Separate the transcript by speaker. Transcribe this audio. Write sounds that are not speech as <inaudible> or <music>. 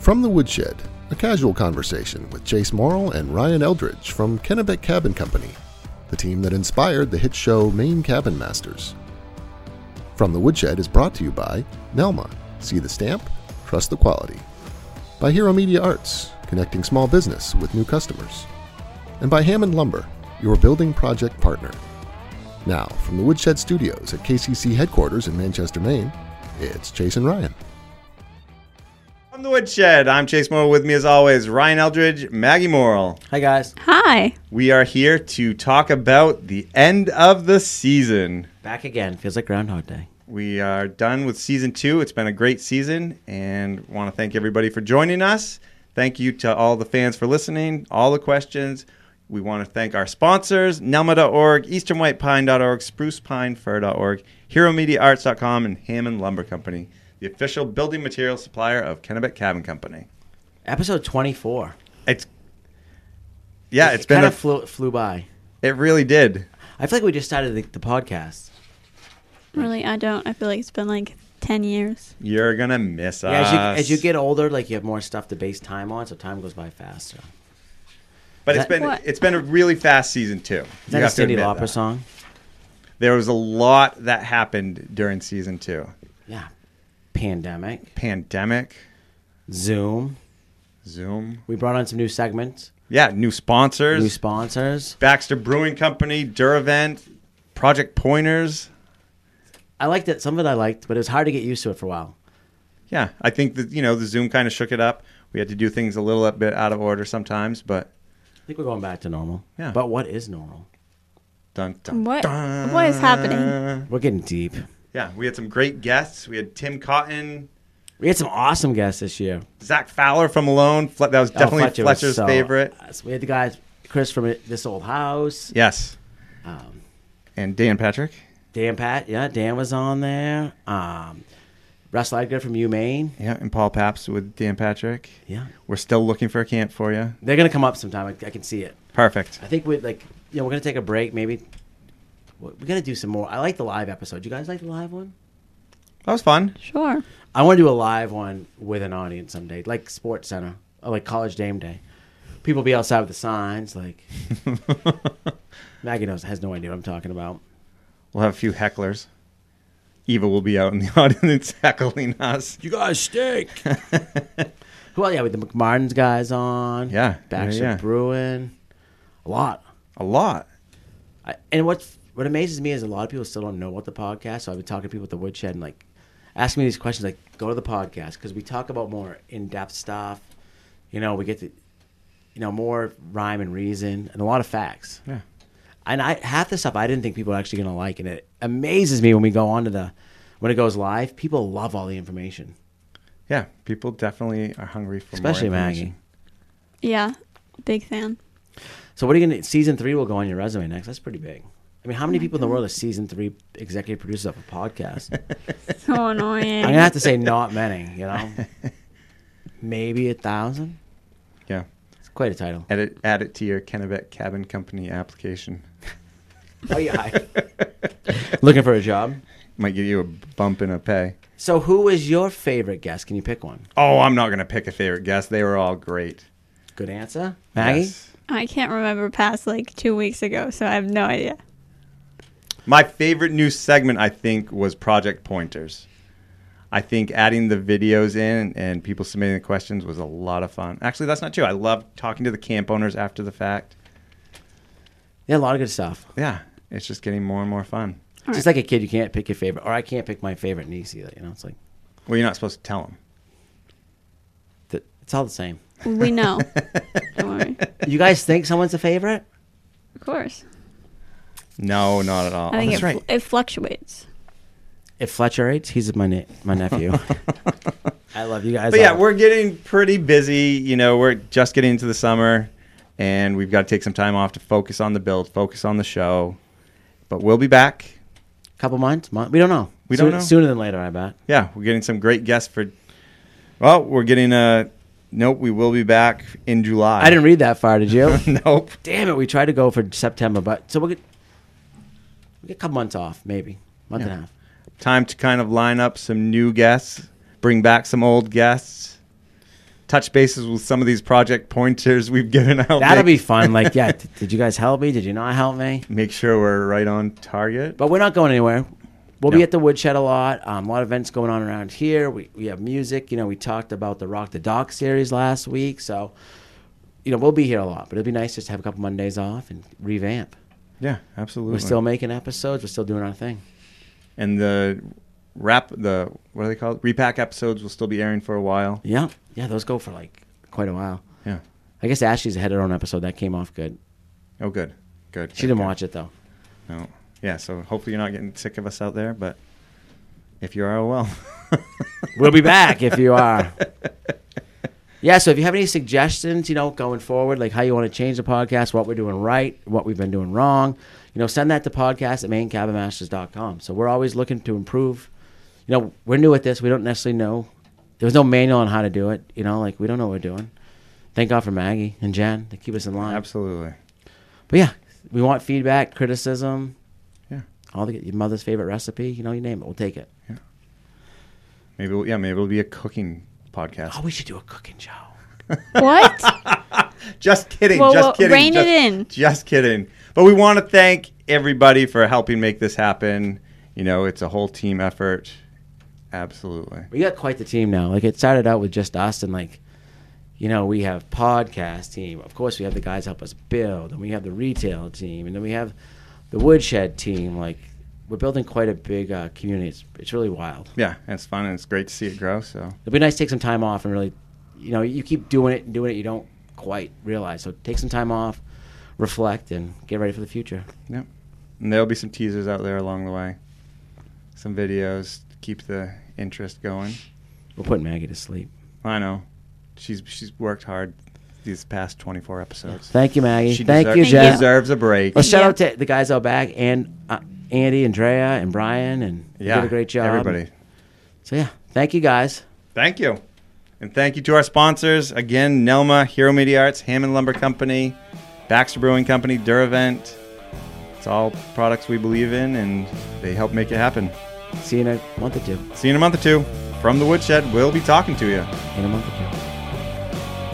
Speaker 1: From the Woodshed, a casual conversation with Chase Morrill and Ryan Eldridge from Kennebec Cabin Company, the team that inspired the hit show Maine Cabin Masters. From the Woodshed is brought to you by Nelma, see the stamp, trust the quality. By Hero Media Arts, connecting small business with new customers. And by Hammond Lumber, your building project partner. Now, from the Woodshed Studios at KCC headquarters in Manchester, Maine, it's Chase and Ryan.
Speaker 2: From the Woodshed, I'm Chase Morrill. With me, as always, Ryan Eldridge, Maggie Morrill.
Speaker 3: Hi guys,
Speaker 4: Hi.
Speaker 2: We are here to talk about the end of the season.
Speaker 3: back again. Feels like Groundhog Day.
Speaker 2: We are done with season two. It's been a great season, and want to thank everybody for joining us. Thank you to all the fans for listening, all the questions. We want to thank our sponsors, Nelma.org, EasternWhitePine.org, SprucePineFur.org, HeroMediaArts.com, and Hammond Lumber Company, the official building material supplier of Kennebec Cabin Company.
Speaker 3: Episode 24.
Speaker 2: It's yeah, it's
Speaker 3: it
Speaker 2: been
Speaker 3: kind
Speaker 2: a,
Speaker 3: of flew, flew by.
Speaker 2: it really did.
Speaker 3: I feel like we just started the, the podcast.
Speaker 4: Really, I don't. I feel like it's been like 10 years.
Speaker 2: You're gonna miss
Speaker 3: Yeah,
Speaker 2: us
Speaker 3: as you, as you get older, like you have more stuff to base time on, so time goes by faster.
Speaker 2: but it's
Speaker 3: that-
Speaker 2: been
Speaker 4: What?
Speaker 2: it's been a really fast season too.
Speaker 3: Is
Speaker 2: You
Speaker 3: that a
Speaker 2: have to
Speaker 3: Cindy
Speaker 2: admit
Speaker 3: Lauper
Speaker 2: that.
Speaker 3: song?
Speaker 2: There was a lot that happened during season two.
Speaker 3: Yeah. Pandemic,
Speaker 2: Pandemic,
Speaker 3: Zoom.
Speaker 2: Zoom,
Speaker 3: We brought on some new segments,
Speaker 2: yeah, new sponsors,
Speaker 3: new sponsors.
Speaker 2: Baxter Brewing Company, Duravent, Project Pointers.
Speaker 3: I liked it. Some of it I liked, but it was hard to get used to it for a while.
Speaker 2: Yeah, I think that you know the Zoom kind of shook it up. We had to do things a little bit out of order sometimes, but
Speaker 3: I think we're going back to normal.
Speaker 2: Yeah.
Speaker 3: But what is normal?
Speaker 2: dun dun
Speaker 4: What? What is happening?
Speaker 3: We're getting deep.
Speaker 2: Yeah, we had some great guests. We had Tim Cotton,
Speaker 3: We had some awesome guests this year.
Speaker 2: Zach Fowler from Alone. Fle- that was
Speaker 3: Oh,
Speaker 2: definitely
Speaker 3: Fletcher was
Speaker 2: Fletcher's
Speaker 3: so-
Speaker 2: favorite.
Speaker 3: uh, so we had the guys, Chris from It- This Old House.
Speaker 2: Yes.
Speaker 3: Um,
Speaker 2: And Dan Patrick.
Speaker 3: Dan Pat, yeah, Dan was on there. Um, Russ Lidegood from UMaine.
Speaker 2: Yeah, and Paul Paps with Dan Patrick.
Speaker 3: Yeah.
Speaker 2: We're still looking for a camp for you.
Speaker 3: They're going to come up sometime. I, I can see it.
Speaker 2: Perfect.
Speaker 3: I think we like, you know, we're going to take a break. Maybe we're going to do some more. I like the live episode. You guys like the live one?
Speaker 2: That was fun.
Speaker 4: Sure.
Speaker 3: I want to do a live one with an audience someday, like Sports Center or like College Dame Day. People be outside with the signs. Like
Speaker 2: <laughs>
Speaker 3: Maggie knows has no idea what I'm talking about.
Speaker 2: We'll have a few hecklers. Eva will be out in the <laughs> audience heckling us.
Speaker 3: You guys stink. well, yeah, with the McMartin's guys on.
Speaker 2: Yeah,
Speaker 3: Baxter
Speaker 2: yeah, yeah.
Speaker 3: Bruin. A lot.
Speaker 2: A lot.
Speaker 3: I, and what what amazes me is a lot of people still don't know about the podcast. So I've been talking to people at the woodshed and like asking me these questions. Like, go to the podcast because we talk about more in depth stuff. You know, we get to you know more rhyme and reason and a lot of facts.
Speaker 2: Yeah.
Speaker 3: And I half the stuff I didn't think people were actually going to like, and it amazes me when we go on to the when it goes live. People love all the information,
Speaker 2: Yeah. People definitely are hungry for more
Speaker 3: especially
Speaker 2: information.
Speaker 3: Maggie.
Speaker 4: Yeah. Big fan.
Speaker 3: So what are you gonna? Season three will go on your resume next. That's pretty big. I mean, how many people in the world are season three executive producers of a podcast?
Speaker 4: So
Speaker 3: I'm gonna
Speaker 4: annoying.
Speaker 3: have to say not many. You know, maybe a thousand.
Speaker 2: Yeah.
Speaker 3: It's quite a title.
Speaker 2: Add it, add it to your Kennebec Cabin Company application.
Speaker 3: Oh yeah. <laughs> Looking for a job.
Speaker 2: Might give you a bump in a pay.
Speaker 3: So who was your favorite guest? Can you pick one?
Speaker 2: Oh, I'm not going to pick a favorite guest. They were all great.
Speaker 3: Good answer, Maggie.
Speaker 2: Yes.
Speaker 4: I can't remember past like two weeks ago, so I have no idea.
Speaker 2: My favorite new segment, I think, was Project Pointers. I think adding the videos in and people submitting the questions was a lot of fun. Actually, that's not true. I love talking to the camp owners after the fact.
Speaker 3: Yeah, a lot of good stuff.
Speaker 2: Yeah, it's just getting more and more fun.
Speaker 4: All
Speaker 3: Just
Speaker 4: right.
Speaker 3: like a kid, you can't pick your favorite, or I can't pick my favorite niece either. You know, it's like
Speaker 2: Well, you're not supposed to tell them.
Speaker 3: th- it's all the same.
Speaker 4: We know. don't worry.
Speaker 3: You guys think someone's a favorite?
Speaker 4: Of course.
Speaker 2: No, not at all.
Speaker 4: I think
Speaker 2: Oh, that's
Speaker 4: it,
Speaker 2: right.
Speaker 4: fl- it fluctuates.
Speaker 3: If Fletcher rates, he's my ne- my nephew. <laughs> I love you
Speaker 2: <laughs>
Speaker 3: guys.
Speaker 2: But yeah,
Speaker 3: all.
Speaker 2: we're getting pretty busy. You know, we're just getting into the summer, and we've got to take some time off to focus on the build, focus on the show. But we'll be back.
Speaker 3: couple months. Month? We don't know.
Speaker 2: We don't
Speaker 3: Soon-
Speaker 2: know.
Speaker 3: Sooner than later, I bet.
Speaker 2: Yeah, we're getting some great guests for. Well, we're getting a. Nope, we will be back in July.
Speaker 3: I didn't read that far. Did <laughs> you?
Speaker 2: <laughs> nope.
Speaker 3: Damn it! We tried to go for September, but so we'll get we get a couple months off, maybe month and a half.
Speaker 2: Time to kind of line up some new guests, bring back some old guests. touch bases with some of these project pointers we've given out.
Speaker 3: That'll
Speaker 2: Make-
Speaker 3: be fun. Like, <laughs> yeah, d- did you guys help me? Did you not help me?
Speaker 2: make sure we're right on target.
Speaker 3: But we're not going anywhere. We'll
Speaker 2: No.
Speaker 3: be at the woodshed a lot. Um, a lot of events going on around here. We, we have music. You know, we talked about the Rock the Dock series last week. So, you know, we'll be here a lot. But it'd be nice just to have a couple Mondays off and revamp.
Speaker 2: yeah, absolutely.
Speaker 3: We're still making episodes. We're still doing our thing.
Speaker 2: and the wrap the what are they called? Repack episodes will still be airing for a while.
Speaker 3: Yeah. Yeah, those go for like quite a while.
Speaker 2: Yeah.
Speaker 3: I guess Ashley's had her own episode. That came off good.
Speaker 2: Oh, good, good.
Speaker 3: She didn't watch it, though.
Speaker 2: No. Yeah. So hopefully you're not getting sick of us out there, but if you are, oh well.
Speaker 3: <laughs> We'll be back if you are. Yeah, so if you have any suggestions, you know, going forward, like how you want to change the podcast, what we're doing right, what we've been doing wrong, you know, send that to podcast at maincabinmasters.com. So we're always looking to improve. You know, we're new at this. We don't necessarily know. There was no manual on how to do it. You know, like we don't know what we're doing. Thank God for Maggie and Jen. They keep us in line.
Speaker 2: Absolutely.
Speaker 3: But yeah, we want feedback, criticism.
Speaker 2: Yeah.
Speaker 3: All the your mother's favorite recipe, you know, you name it, we'll take it.
Speaker 2: Maybe. We'll, yeah. Maybe it'll be a cooking podcast.
Speaker 3: Oh, we should do a cooking show.
Speaker 4: What?
Speaker 3: Oh.
Speaker 2: Just kidding.
Speaker 4: Well,
Speaker 2: just
Speaker 4: well,
Speaker 2: kidding.
Speaker 4: rein
Speaker 2: just,
Speaker 4: it in.
Speaker 2: Just kidding. But we want to thank everybody for helping make this happen. You know, it's a whole team effort. Absolutely.
Speaker 3: we got quite the team now. Like it started out with just us and like, you know, we have podcast team. Of course, we have the guys help us build, and we have the retail team, and then we have the woodshed team. Like we're building quite a big uh, community. It's, it's really wild.
Speaker 2: Yeah, it's fun and it's great to see it grow. So
Speaker 3: It'd be nice to take some time off and really, you know, you keep doing it and doing it, you don't quite realize. So take some time off, reflect, and get ready for the future.
Speaker 2: and there'll be some teasers out there along the way, some videos to keep the interest going.
Speaker 3: We're putting Maggie to sleep.
Speaker 2: I know, she's she's worked hard these past 24 episodes.
Speaker 3: Thank you, Maggie.
Speaker 2: She
Speaker 3: Thank
Speaker 2: deser-
Speaker 3: you,
Speaker 2: she
Speaker 3: Jeff.
Speaker 2: deserves a break.
Speaker 3: Well, shout
Speaker 4: Yeah.
Speaker 3: out to the guys out back and uh, Andy and Drea and Brian and they
Speaker 2: Yeah,
Speaker 3: did a great job.
Speaker 2: Everybody,
Speaker 3: So yeah, thank you guys.
Speaker 2: thank you, and thank you to our sponsors again: Nelma, Hero Media Arts, Hammond Lumber Company, Baxter Brewing Company, Duravent. It's all products we believe in, and they help make it happen.
Speaker 3: See you in a month or two.
Speaker 2: See you in a month or two. From the woodshed, we'll be talking to you.
Speaker 3: In a month or two.